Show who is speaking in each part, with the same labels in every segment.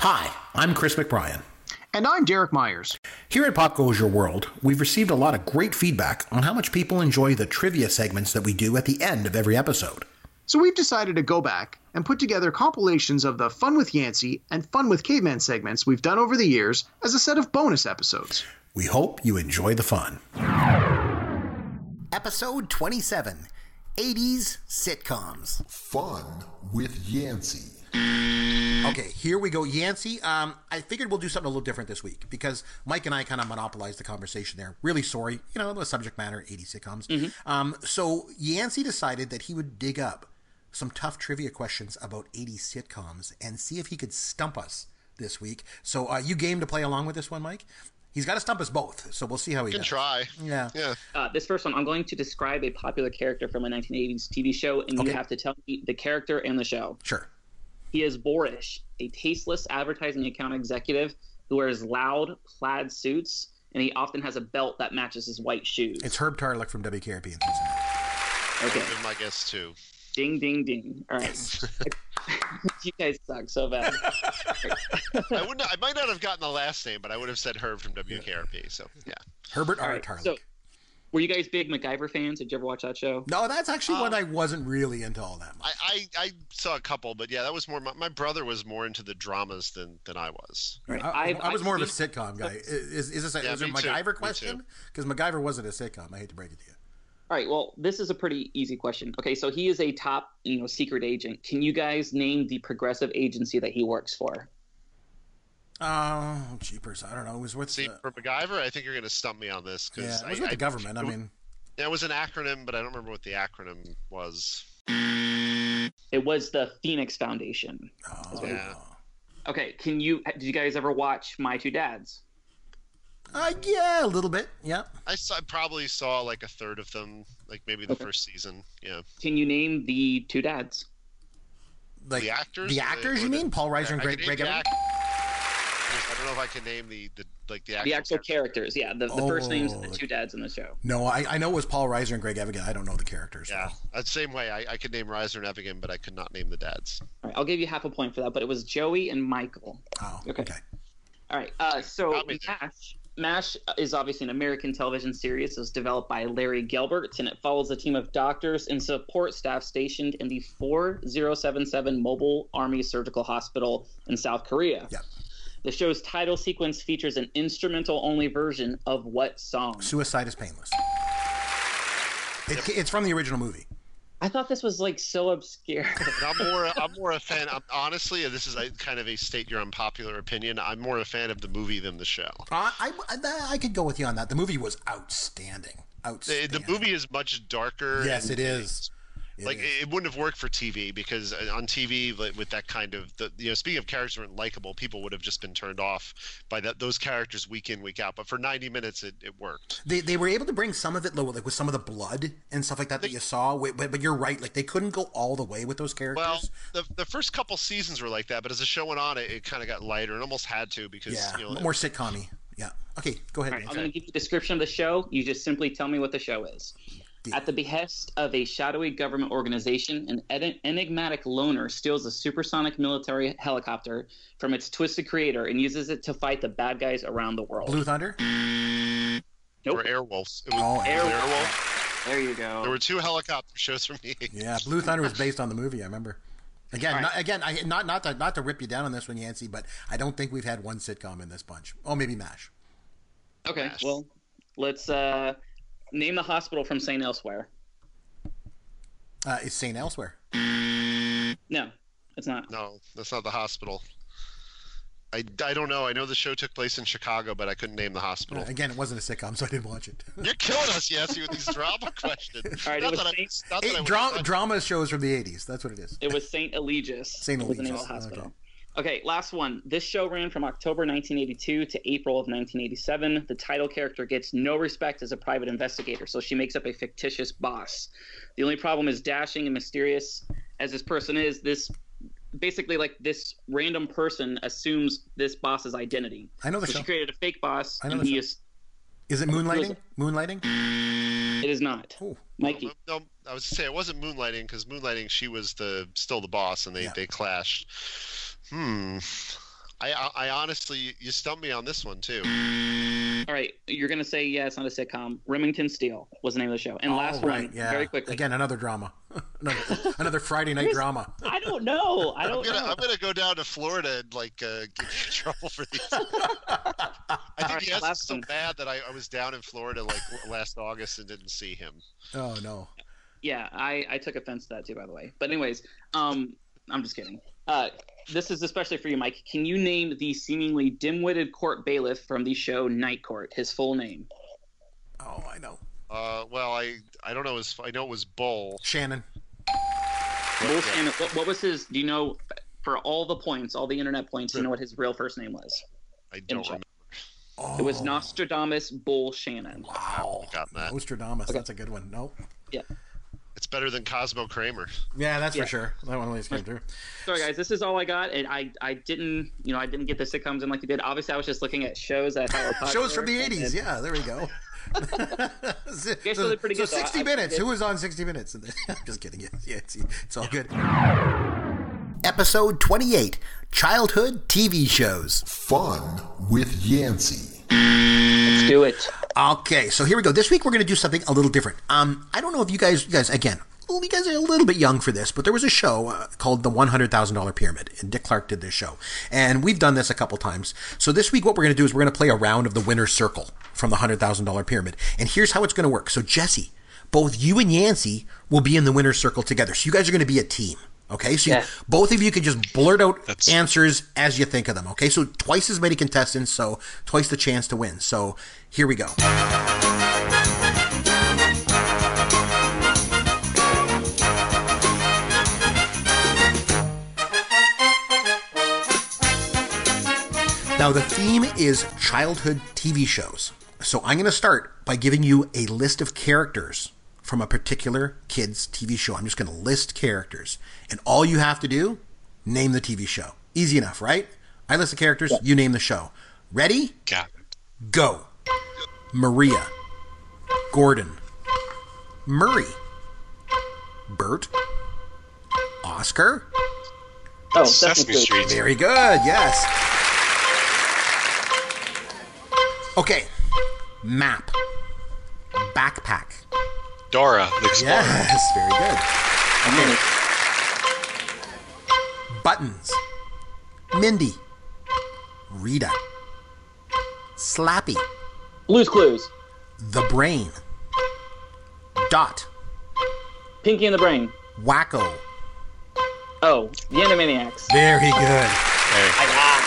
Speaker 1: Hi, I'm Chris McBrien.
Speaker 2: And I'm Derek Myers.
Speaker 1: Here at Pop Goes Your World, we've received a lot of great feedback on how much people enjoy the trivia segments that we do at the end of every episode.
Speaker 2: So we've decided to go back and put together compilations of the Fun with Yancey and Fun with Caveman segments we've done over the years as a set of bonus episodes.
Speaker 1: We hope you enjoy the fun.
Speaker 3: Episode 27 80s Sitcoms.
Speaker 4: Fun with Yancey.
Speaker 3: Okay, here we go, Yancey. Um, I figured we'll do something a little different this week because Mike and I kind of monopolized the conversation there. Really sorry, you know, the subject matter, 80 sitcoms.
Speaker 5: Mm-hmm.
Speaker 3: Um, so Yancey decided that he would dig up some tough trivia questions about 80 sitcoms and see if he could stump us this week. So uh, you game to play along with this one, Mike? He's got to stump us both, so we'll see how he
Speaker 6: Can
Speaker 3: does.
Speaker 6: try.
Speaker 3: Yeah.
Speaker 6: Yeah.
Speaker 5: Uh, this first one, I'm going to describe a popular character from a 1980s TV show, and
Speaker 3: Okay.
Speaker 5: you have to tell me the character and the show.
Speaker 3: Sure.
Speaker 5: He is Borish, a tasteless advertising account executive who wears loud plaid suits, and he often has a belt that matches his white shoes.
Speaker 3: It's Herb Tarlick from WKRP in Cincinnati.
Speaker 5: okay,
Speaker 6: That'd be my guess too.
Speaker 5: ding, ding, ding. All right, you guys suck so bad.
Speaker 6: I would not, I might not have gotten the last name, but I would have said Herb from WKRP. So yeah.
Speaker 3: Herbert
Speaker 5: All
Speaker 3: R.
Speaker 5: right,
Speaker 3: Tarlick.
Speaker 5: so were you guys big MacGyver fans? Did you ever watch that show?
Speaker 3: no, that's actually
Speaker 6: Ah.
Speaker 3: one I wasn't really into all that much.
Speaker 6: I, I, I saw a couple, but yeah, that was more. My, my brother was more into the dramas than than I was.
Speaker 5: All right,
Speaker 3: I,
Speaker 5: I've-
Speaker 3: I was
Speaker 5: I've
Speaker 3: more of a
Speaker 5: seen-
Speaker 3: sitcom guy. Is, is this a,
Speaker 6: Yeah,
Speaker 3: is it a
Speaker 6: me too,
Speaker 3: MacGyver
Speaker 6: me
Speaker 3: question?
Speaker 6: too.
Speaker 3: Because MacGyver wasn't a sitcom. I hate to break it to you.
Speaker 5: All right. Well, this is a pretty easy question. Okay, so he is a top, you know, secret agent. Can you guys name the progressive agency that he works for?
Speaker 3: Oh, cheapers. I don't know. It was with,
Speaker 6: See,
Speaker 3: the,
Speaker 6: for MacGyver, I think you're going to stump me on this
Speaker 3: yeah,
Speaker 6: because
Speaker 3: it was with the government. I mean,
Speaker 6: that was an acronym, but I don't remember what the acronym was.
Speaker 5: It was the Phoenix Foundation.
Speaker 3: oh,
Speaker 6: Yeah.
Speaker 5: Okay, can you did you guys ever watch My Two Dads?
Speaker 3: Uh, yeah, a little bit. Yeah.
Speaker 6: I saw, I probably saw like a third of them, like maybe the first season. Yeah,
Speaker 5: Can you name the two dads?
Speaker 3: Like
Speaker 6: the actors.
Speaker 3: The
Speaker 6: or
Speaker 3: actors,
Speaker 6: or
Speaker 3: you
Speaker 6: the-
Speaker 3: mean? Paul Reiser
Speaker 6: I
Speaker 3: and
Speaker 6: can
Speaker 3: Greg,
Speaker 6: name
Speaker 3: Greg
Speaker 6: the
Speaker 3: Evans?
Speaker 6: act- I don't know if I can name the, the like the actual.
Speaker 5: The actual characters, yeah. The, the first names of the
Speaker 3: Oh.
Speaker 5: two dads in the show.
Speaker 3: No, I, I know it was Paul Reiser and Greg Evigan. I don't know the characters.
Speaker 6: Yeah, Uh, same way I, I could name Reiser and Evigan, but I could not name the dads.
Speaker 5: All right, I'll give you half a point for that, but it was Joey and Michael.
Speaker 3: Oh, okay.
Speaker 5: Okay. All right. Uh, so
Speaker 6: Got me there.
Speaker 5: MASH, MASH is obviously an American television series. It was developed by Larry Gelbert, and it follows a team of doctors and support staff stationed in the 4077 Mobile Army Surgical Hospital in South Korea.
Speaker 3: Yep.
Speaker 5: The show's title sequence features an instrumental-only version of what song?
Speaker 3: Suicide is painless. It, It's from the original movie.
Speaker 5: I thought this was like so obscure.
Speaker 6: And I'm more I'm more a fan. I'm, honestly, this is a, kind of a state your unpopular opinion. I'm more a fan of the movie than the show.
Speaker 3: Uh, I, I, I could go with you on that. The movie was outstanding.
Speaker 6: The,
Speaker 3: Outstanding.
Speaker 6: the movie is much darker.
Speaker 3: Yes, it
Speaker 6: and-
Speaker 3: is. It
Speaker 6: like
Speaker 3: is.
Speaker 6: it, it wouldn't have worked for TV because uh, on TV like, with that kind of the you know speaking of characters that weren't likable, people would have just been turned off by that those characters week in week out. But for 90 minutes, it, it worked.
Speaker 3: they, they were able to bring some of it low, like with some of the blood and stuff like that that you saw. Wait, But, but you're right, like they couldn't go all the way with those characters.
Speaker 6: Well, the, the first couple seasons were like that, but as the show went on, it, it kind of got lighter and almost had to because
Speaker 3: yeah,
Speaker 6: you know
Speaker 3: more sitcom-y. Yeah. Okay, go ahead.
Speaker 5: All right, I'm
Speaker 3: Nancy.
Speaker 5: going to give you a description of the show. You just simply tell me what the show is. At the behest of a shadowy government organization, an en- enigmatic loner steals a supersonic military helicopter from its twisted creator and uses it to fight the bad guys around the world.
Speaker 3: Blue Thunder.
Speaker 6: or Airwolves. It was,
Speaker 3: Oh,
Speaker 6: it was
Speaker 5: Airwolf.
Speaker 6: Airwolf.
Speaker 5: There you go.
Speaker 6: There were two helicopter shows from me.
Speaker 3: Yeah, Blue Thunder was based on the movie. I remember. Again,
Speaker 5: All right.
Speaker 3: not, again, I, not not to not to rip you down on this one, Yancey, but I don't think we've had one sitcom in this bunch. Oh, maybe Mash.
Speaker 5: okay,
Speaker 6: Yes.
Speaker 5: well, let's uh, name the hospital from St. Elsewhere.
Speaker 3: Uh, it's St. Elsewhere.
Speaker 5: No, it's not.
Speaker 6: No, that's not the hospital. I, I don't know. I know the show took place in Chicago, but I couldn't name the hospital.
Speaker 3: Uh, Again, it wasn't a sitcom, so I didn't watch it.
Speaker 6: You're killing us, Yancey, with these drama questions.
Speaker 5: All right, it
Speaker 6: Not
Speaker 5: was
Speaker 6: that I-
Speaker 5: Saint-
Speaker 6: not that I
Speaker 3: It,
Speaker 6: would-
Speaker 3: dra- drama shows from the '80s. That's what it is.
Speaker 5: It was St. Eligius.
Speaker 3: St.
Speaker 5: was the name
Speaker 3: Eligius,
Speaker 5: of the hospital. Okay. last one. This show ran from October 1982 to April of 1987. The title character gets no respect as a private investigator, so she makes up a fictitious boss. The only problem is dashing and mysterious as this person is. This basically like this random person assumes this boss's identity.
Speaker 3: I know the
Speaker 5: So
Speaker 3: show.
Speaker 5: she created a fake boss,
Speaker 3: I know
Speaker 5: and
Speaker 3: the
Speaker 5: he
Speaker 3: show.
Speaker 5: is.
Speaker 3: Is it Moonlighting? Moonlighting.
Speaker 5: It is not.
Speaker 3: Oh,
Speaker 5: Mikey.
Speaker 6: No, I was to say it wasn't moonlighting because moonlighting she was the still the boss and they
Speaker 3: Yeah.
Speaker 6: they clashed. Hmm. I, I, I honestly, you stumped me on this one too.
Speaker 5: All right, you're gonna say yeah, it's not a sitcom. Remington Steele was the name of the show. And last
Speaker 3: Oh, right,
Speaker 5: one,
Speaker 3: yeah.
Speaker 5: very quickly.
Speaker 3: Again, another drama, another, another Friday night drama.
Speaker 5: I don't know. I
Speaker 6: I'm
Speaker 5: don't
Speaker 6: gonna
Speaker 5: know.
Speaker 6: I'm gonna go down to Florida and like uh, get in trouble for these. I
Speaker 5: right,
Speaker 6: think he has
Speaker 5: last
Speaker 6: so
Speaker 5: one.
Speaker 6: bad that I, I was down in Florida like last August and didn't see him.
Speaker 3: Oh no.
Speaker 5: Yeah, I, I took offense to that too, by the way. But anyways, um, I'm just kidding. Uh, this is especially for you, Mike. Can you name the seemingly dim-witted court bailiff from the show Night Court? His full name.
Speaker 3: Oh, I know.
Speaker 6: Uh, well, I I don't know. His, I know it was Bull.
Speaker 3: Shannon.
Speaker 5: Bull Shannon- what, what was his? Do you know? For all the points, all the internet points, do you know what his real first name was?
Speaker 6: I don't
Speaker 5: Inch.
Speaker 6: remember.
Speaker 3: Oh,
Speaker 5: It was Nostradamus Bull Shannon.
Speaker 3: Wow.
Speaker 6: Got that.
Speaker 3: Nostradamus. That's a good one. No.
Speaker 5: Yeah.
Speaker 6: It's better than Cosmo Kramer.
Speaker 3: Yeah, that's
Speaker 5: Yeah.
Speaker 3: for sure. That one always came through.
Speaker 5: Sorry guys, this is all I got, and I I didn't you know I didn't get the sitcoms in like you did. Obviously, I was just looking at shows that I thought were
Speaker 3: Shows from the
Speaker 5: popular, and-
Speaker 3: '80s. Yeah, there we go. so,
Speaker 5: really pretty
Speaker 3: so
Speaker 5: good, though.
Speaker 3: 60
Speaker 5: I- I
Speaker 3: minutes.
Speaker 5: did-
Speaker 3: Who was on 60 minutes? I'm just kidding. Yeah, yeah, it's, it's all good.
Speaker 1: Episode 28 Childhood TV Shows.
Speaker 4: Fun with Yancey.
Speaker 5: Let's do it.
Speaker 3: Okay, so here we go. This week we're going to do something a little different. Um, I don't know if you guys, you guys again, well, you guys are a little bit young for this, but there was a show uh, called The One Hundred Thousand Dollar Pyramid, and Dick Clark did this show, and we've done this a couple times. So this week, what we're going to do is we're going to play a round of the winner's circle from the Hundred Thousand Dollar Pyramid, and here's how it's going to work. So Jesse, both you and Yancey will be in the winner's circle together. So you guys are going to be a team. Okay, so
Speaker 5: Yeah.
Speaker 3: you, both of you can just blurt out answers as you think of them. Okay, so twice as many contestants, so twice the chance to win. So here we go. Now, the theme is childhood TV shows. So I'm going to start by giving you a list of characters from a particular kid's TV show. I'm just going to list characters. And all you have to do, name the TV show. Easy enough, right? I list the characters, you name the show. Ready?
Speaker 6: Got
Speaker 3: Go. Maria. Gordon. Murray. Bert. Oscar.
Speaker 5: Oh,
Speaker 7: Sesame Street.
Speaker 3: Very good, yes. Okay. Map. Backpack.
Speaker 7: Dora the Explorer.
Speaker 3: Yes, very good. Buttons. Mindy. Rita. Slappy.
Speaker 5: Blue's Clues.
Speaker 3: The Brain. Dot.
Speaker 5: Pinky and the Brain.
Speaker 3: Wacko.
Speaker 5: Oh, the Animaniacs.
Speaker 3: Very good.
Speaker 5: Ah,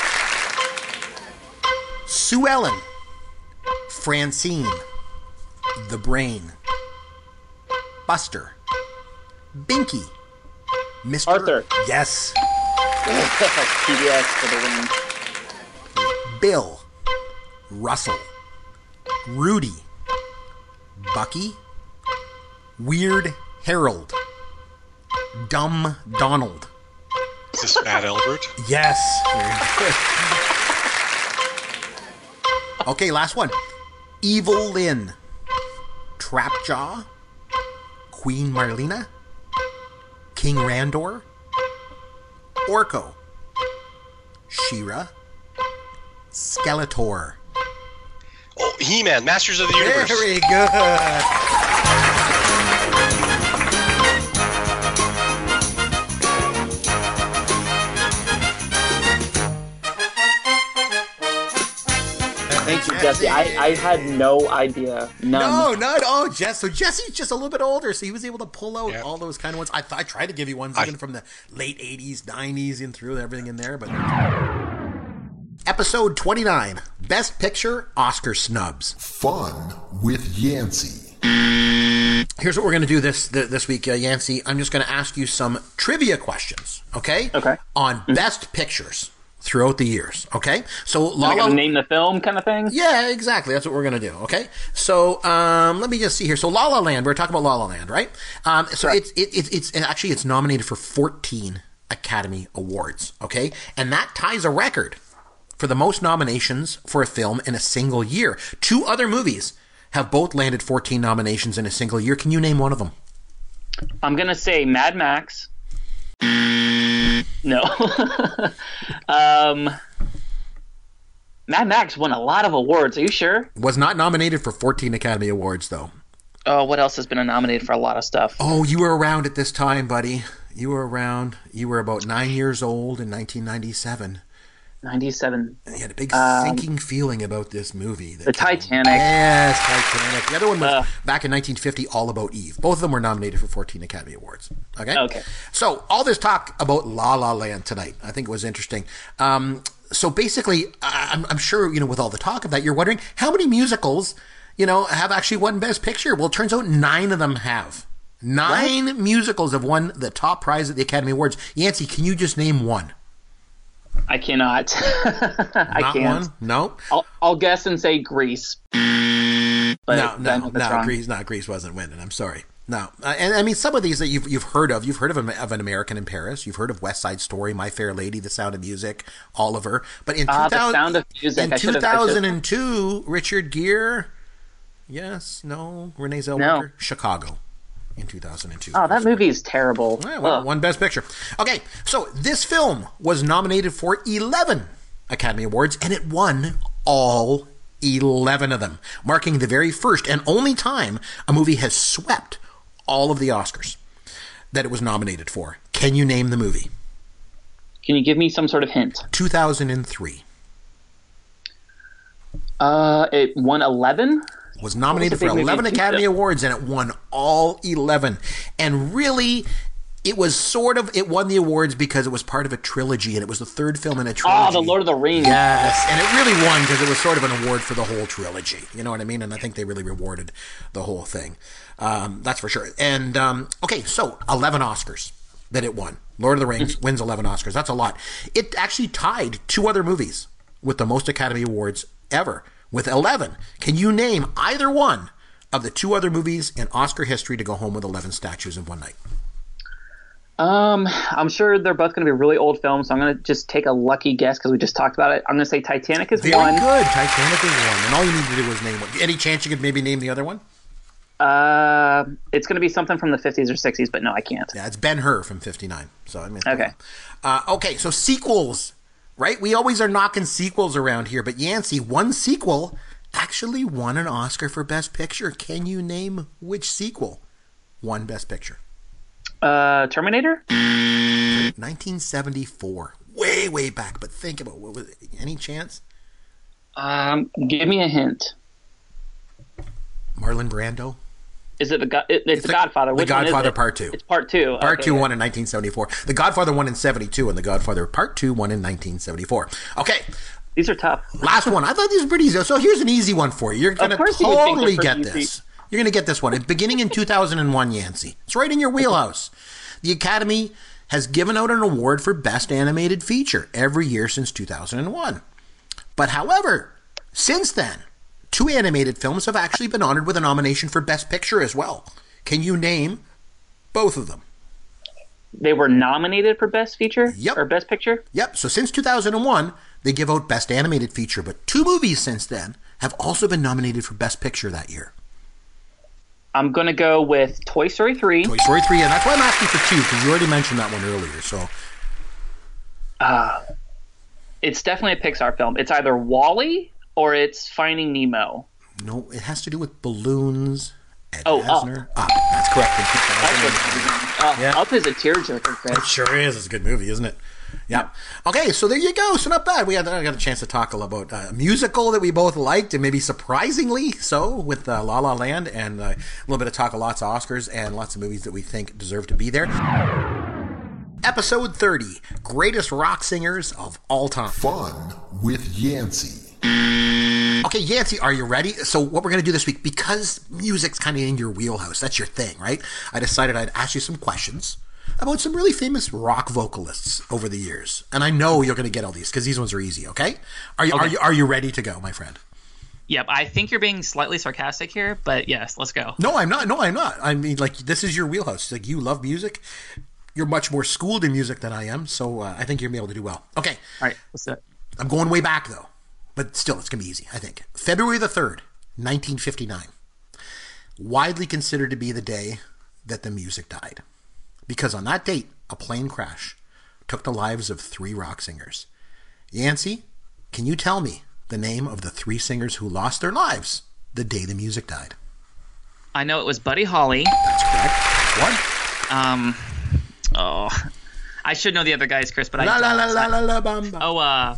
Speaker 3: Sue Ellen. Francine. The Brain. Buster. Binky. Mr.
Speaker 5: Arthur.
Speaker 3: Yes.
Speaker 5: PBS for the win.
Speaker 3: Bill. Russell. Rudy. Bucky. Weird Harold. Dumb Donald.
Speaker 7: Is this Matt Albert?
Speaker 3: Yes. okay, last one. Evil Lynn. Trapjaw. Queen Marlena. King Randor. Orko. Shira. Skeletor.
Speaker 7: Oh, He Man, Masters of the Universe.
Speaker 3: good.
Speaker 5: Thank you, Jesse. I, I had no idea.
Speaker 3: No,
Speaker 5: None.
Speaker 3: not all Jess. So Jesse's just a little bit older, so he was able to pull out
Speaker 7: Yeah.
Speaker 3: all those kind of ones. I, th- I tried to give you ones even from the late '80s, '90s, and through everything in there. But episode 29, Best Picture Oscar snubs.
Speaker 4: Fun with Yancey.
Speaker 3: Here's what we're going to do this th- this week, uh, Yancey. I'm just going to ask you some trivia questions, okay?
Speaker 5: Okay.
Speaker 3: On Best Pictures throughout the years, okay? So
Speaker 5: I
Speaker 3: Lala,
Speaker 5: gotta name the film kind of thing.
Speaker 3: yeah, exactly. That's what we're gonna do. Okay. So um, let me just see here. So La La Land. We're talking about La La Land, right? Um, so it's it, it, it's and actually it's nominated for 14 Academy Awards. Okay, and that ties a record for the most nominations for a film in a single year. Two other movies have both landed 14 nominations in a single year. Can you name one of them?
Speaker 5: I'm gonna say Mad Max. No. um, Mad Max won a lot of awards. Are you sure?
Speaker 3: Was not nominated for 14 Academy Awards though.
Speaker 5: Oh, what else has been nominated for a lot of stuff?
Speaker 3: Oh, you were around at this time, buddy. You were around. You were about nine years old in 1997.
Speaker 5: 97.
Speaker 3: And you had a big sinking feeling about this movie. that
Speaker 5: Um, The
Speaker 3: came-
Speaker 5: Titanic. Uh.
Speaker 3: Yes, Titanic. The other one was back in 1950, All About Eve. Both of them were nominated for 14 Academy Awards. Okay.
Speaker 5: Okay.
Speaker 3: So all this talk about La La Land tonight, I think it was interesting. Um, so basically, I- I'm, I'm sure you know with all the talk of that, you're wondering how many musicals, you know, have actually won Best Picture. Well, it turns out nine of them have. Nine musicals have won the top prize at the Academy Awards. Yancy, can you just name one?
Speaker 5: I cannot. I
Speaker 3: Not
Speaker 5: can't.
Speaker 3: one. No.
Speaker 5: I'll, I'll guess and say Greece. But
Speaker 3: no,
Speaker 5: I
Speaker 3: no,
Speaker 5: know that's
Speaker 3: no.
Speaker 5: wrong.
Speaker 3: Greece, no, Greece wasn't winning. I'm sorry. No, uh, and I mean some of these that you've you've heard of. You've heard of, Am- of an American in Paris. You've heard of West Side Story, My Fair Lady, The Sound of Music, Oliver. But in
Speaker 5: Ah, The
Speaker 3: 2000
Speaker 5: Sound of Music.
Speaker 3: in
Speaker 5: I should've- I should've-
Speaker 3: 2002, Richard Gere. Yes, no, Renee Zellweger, Chicago, in 2002.
Speaker 5: Oh, that movie is terrible.
Speaker 3: Yeah, well,
Speaker 5: Ugh.
Speaker 3: one Best Picture. Okay, so this film was nominated for 11 Academy Awards, and it won all 11 of them, marking the very first and only time a movie has swept all of the Oscars that it was nominated for. Can you name the movie?
Speaker 5: Can you give me some sort of hint?
Speaker 3: 2003
Speaker 5: Uh, it won 11?
Speaker 3: was nominated
Speaker 5: big
Speaker 3: for
Speaker 5: movie
Speaker 3: 11
Speaker 5: that-
Speaker 3: Academy Awards, and it won all 11. And really. It was sort of it won the awards because it was part of a trilogy and it was the third film in a trilogy.
Speaker 5: Oh, The Lord of the Rings.
Speaker 3: Yes, and it really won because it was sort of an award for the whole trilogy. You know what I mean? And I think they really rewarded the whole thing. Um, that's for sure. And um, okay, so eleven Oscars that it won. Lord of the Rings wins eleven Oscars. That's a lot. It actually tied two other movies with the most Academy Awards ever with eleven. Can you name either one of the two other movies in Oscar history to go home with eleven statues in one night?
Speaker 5: Um, I'm sure they're both going to be really old films, so I'm going to just take a lucky guess because we just talked about it. I'm going to say Titanic is
Speaker 3: Very
Speaker 5: one.
Speaker 3: good. Titanic is one, and all you need to do is name one. Any chance you could maybe name the other one?
Speaker 5: Uh, it's going to be something from the 50s or 60s, but no, I can't.
Speaker 3: Yeah, it's Ben Hur from '59. So I mean,
Speaker 5: Okay.
Speaker 3: uh, okay. So sequels, right? We always are knocking sequels around here, but Yancey, one sequel actually won an Oscar for Best Picture. Can you name which sequel won Best Picture?
Speaker 5: Uh, Terminator?
Speaker 3: 1974, way way back. But think about what was any chance?
Speaker 5: Um, give me a hint.
Speaker 3: Marlon Brando.
Speaker 5: Is it the God? It, it's, the
Speaker 3: the-
Speaker 5: Godfather.
Speaker 3: The
Speaker 5: Which one is
Speaker 3: Godfather
Speaker 5: it?
Speaker 3: Part Two.
Speaker 5: It's part two.
Speaker 3: Part
Speaker 5: Okay,
Speaker 3: two
Speaker 5: yeah.
Speaker 3: won in 1974. The Godfather won in 72, and The Godfather Part Two won in 1974. Okay,
Speaker 5: These are tough.
Speaker 3: Last one. I thought these were pretty easy. So here's an easy one for you. You're going to
Speaker 5: course you would think
Speaker 3: totally
Speaker 5: they're
Speaker 3: get
Speaker 5: pretty
Speaker 3: this.
Speaker 5: easy.
Speaker 3: You're going to get this one. It's beginning in 2001, Yancey. It's right in your wheelhouse. The Academy has given out an award for Best Animated Feature every year since 2001. But however, since then, two animated films have actually been honored with a nomination for Best Picture as well. Can you name both of them?
Speaker 5: They were nominated for Best Feature
Speaker 3: Yep.
Speaker 5: or Best Picture.
Speaker 3: Yep. So since 2001, they give out Best Animated Feature, but two movies since then have also been nominated for Best Picture that year.
Speaker 5: I'm gonna go with Toy Story three.
Speaker 3: Toy Story 3, and that's why I'm asking for two, because you already mentioned that one earlier. So,
Speaker 5: It's definitely a Pixar film. It's either Wally or it's Finding Nemo.
Speaker 3: no, it has to do with balloons. Ed
Speaker 5: Oh,
Speaker 3: Asner. Up. That's correct. in 2001.
Speaker 5: Uh, Up is a tearjerker, Chris.
Speaker 3: Sure is. It's a good movie, isn't it? Yeah. Okay, so there you go. So not bad. We had I got a chance to talk a little about uh, a musical that we both liked, and maybe surprisingly so, with uh, La La Land, and uh, a little bit of talk of lots of Oscars and lots of movies that we think deserve to be there. Episode thirty: Greatest rock singers of all time.
Speaker 4: Fun with Yancey.
Speaker 3: Okay, Yancy, are you ready? So, what we're going to do this week, because music's kind of in your wheelhouse, that's your thing, right? I decided I'd ask you some questions about some really famous rock vocalists over the years. And I know you're going to get all these because these ones are easy, okay? Are you, Are, you, are you ready to go, my friend?
Speaker 8: Yep, I think you're being slightly sarcastic here, but yes, let's go.
Speaker 3: No, I'm not. No, I'm not. I mean, like, this is your wheelhouse. Like, you love music. You're much more schooled in music than I am. So, uh, I think you're going to be able to do well. Okay.
Speaker 8: All right, let's do it.
Speaker 3: I'm going way back though, but still, it's gonna be easy. I think February the third, 1959, widely considered to be the day that the music died, because on that date, a plane crash took the lives of three rock singers. Yancey, can you tell me the name of the three singers who lost their lives the day the music died?
Speaker 5: I know it was Buddy Holly.
Speaker 3: That's correct. One.
Speaker 5: Um, oh, I should know the other guys, Chris, but I
Speaker 3: La la
Speaker 5: don't.
Speaker 3: la la la la bum, bum.
Speaker 5: Oh, uh,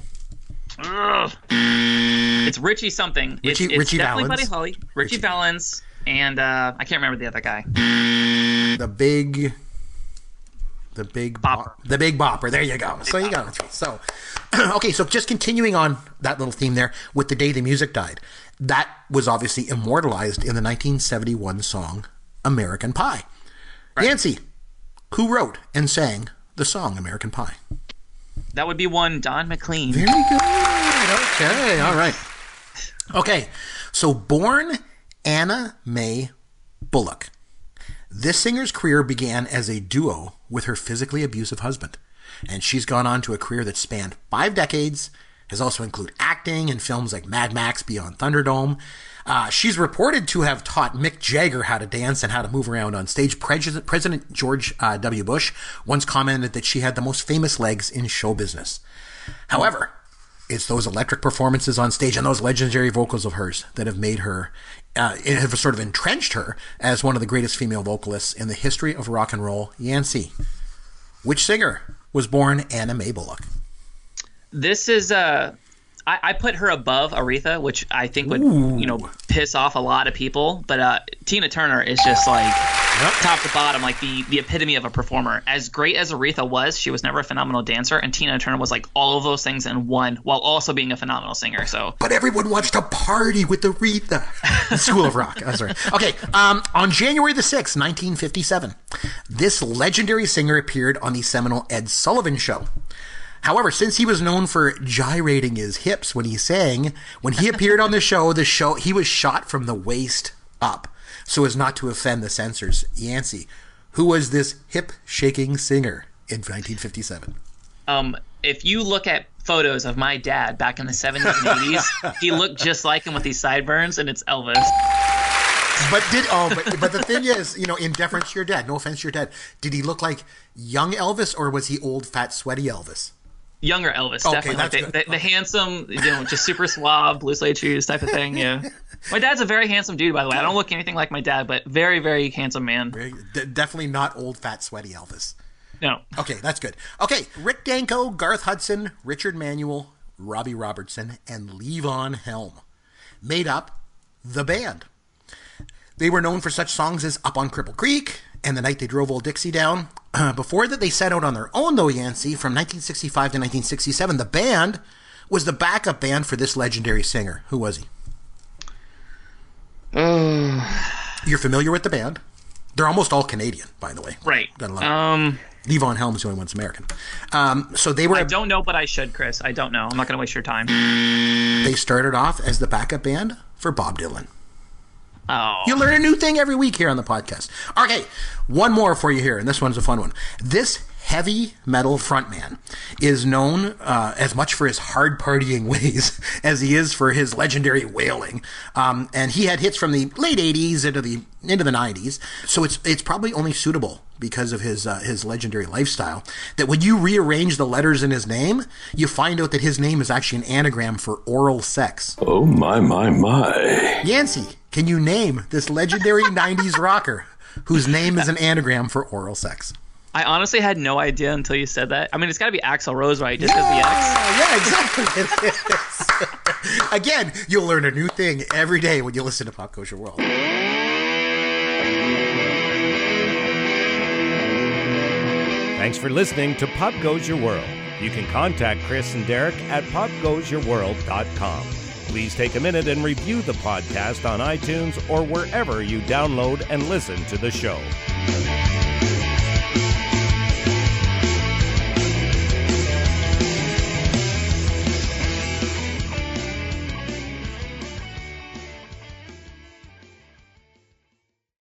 Speaker 5: ugh. it's Richie something. It's-
Speaker 3: Richie-
Speaker 5: it's,
Speaker 3: Richie
Speaker 5: definitely
Speaker 3: Valens.
Speaker 5: Buddy Holly, Richie, Valens, and uh, I can't remember the other guy.
Speaker 3: The big. The big
Speaker 5: Bopper.
Speaker 3: bop- the big bopper. There you go. so you got it. So, okay. So just continuing on that little theme there with the day the music died, that was obviously immortalized in the 1971 song "American Pie." Yancy, who wrote and sang the song "American Pie"?
Speaker 5: That would be one Don McLean.
Speaker 3: Very good. Okay. All right. Okay. So, born Anna Mae Bullock. This singer's career began as a duo with her physically abusive husband. And she's gone on to a career that spanned five decades, has also included acting in films like Mad Max Beyond Thunderdome. Uh, she's reported to have taught Mick Jagger how to dance and how to move around on stage. President, President George uh, W. Bush once commented that she had the most famous legs in show business. However, it's those electric performances on stage and those legendary vocals of hers that have made her, uh, it have sort of entrenched her as one of the greatest female vocalists in the history of rock and roll, Yancey. Which singer was born Anna Mae Bullock?
Speaker 5: This is uh, I, I put her above Aretha, which I think would you know piss off a lot of people. But uh, Tina Turner is just like top to bottom, like the the epitome of a performer. As great as Aretha was, she was never a phenomenal dancer, and Tina Turner was like all of those things in one, while also being a phenomenal singer. So
Speaker 3: But everyone watched a party with Aretha. School of Rock. I'm sorry. Okay. Um, on January the 6th, 1957, this legendary singer appeared on the seminal Ed Sullivan Show. However, since he was known for gyrating his hips when he sang, when he appeared on the show, the show he was shot from the waist up, so as not to offend the censors. Yancey, who was this hip shaking singer in 1957?
Speaker 5: um, if you look at photos of my dad back in the 70s and 80s, he looked just like him with these sideburns, and it's Elvis.
Speaker 3: But did oh, but, but the thing is, you know, in deference to your dad, no offense to your dad, did he look like young Elvis or was he old, fat, sweaty Elvis?
Speaker 5: Younger Elvis,
Speaker 3: Okay,
Speaker 5: definitely. Like
Speaker 3: that's
Speaker 5: the,
Speaker 3: good.
Speaker 5: the, the handsome, you know, just super suave, blue suede shoes type of thing. Yeah. My dad's a very handsome dude, by the way. I don't look anything like my dad, but very, very handsome man.
Speaker 3: De- definitely not old, fat, sweaty Elvis.
Speaker 5: No.
Speaker 3: Okay, that's good. Okay, Rick Danko, Garth Hudson, Richard Manuel, Robbie Robertson, and Levon Helm made up the band. They were known for such songs as Up on Cripple Creek and The Night They Drove Old Dixie Down. Uh, before that, they set out on their own, though, Yancey, from 1965 to 1967. The band was the backup band for this legendary singer. Who was he? You're familiar with the band. They're almost all Canadian, by the way.
Speaker 5: Right.
Speaker 3: Gotta love it.
Speaker 5: Um,
Speaker 3: Levon Helm's the only one's American. Um, so they were
Speaker 5: I don't know, but I should, Chris. I don't know. I'm not going to waste your time.
Speaker 3: they started off as the backup band for Bob Dylan.
Speaker 5: Oh.
Speaker 3: You learn a new thing every week here on the podcast. Okay, one more for you here, and this one's a fun one. This heavy metal frontman is known uh, as much for his hard partying ways as he is for his legendary wailing. Um, and he had hits from the late '80s into the into the '90s, so it's it's probably only suitable because of his uh, his legendary lifestyle that when you rearrange the letters in his name, you find out that his name is actually an anagram for oral sex.
Speaker 9: Oh my my my.
Speaker 3: Yancey, can you name this legendary 90s rocker whose name is an anagram for oral sex?
Speaker 5: I honestly had no idea until you said that. I mean, it's got to be Axl Rose, right? Just because the X.
Speaker 3: Oh, yeah, exactly. It is. Again, you'll learn a new thing every day when you listen to Pop Culture World.
Speaker 10: Thanks for listening to Pop Goes Your World. You can contact Chris and Derek at popgoesyourworld.com. Please take a minute and review the podcast on iTunes or wherever you download and listen to the show.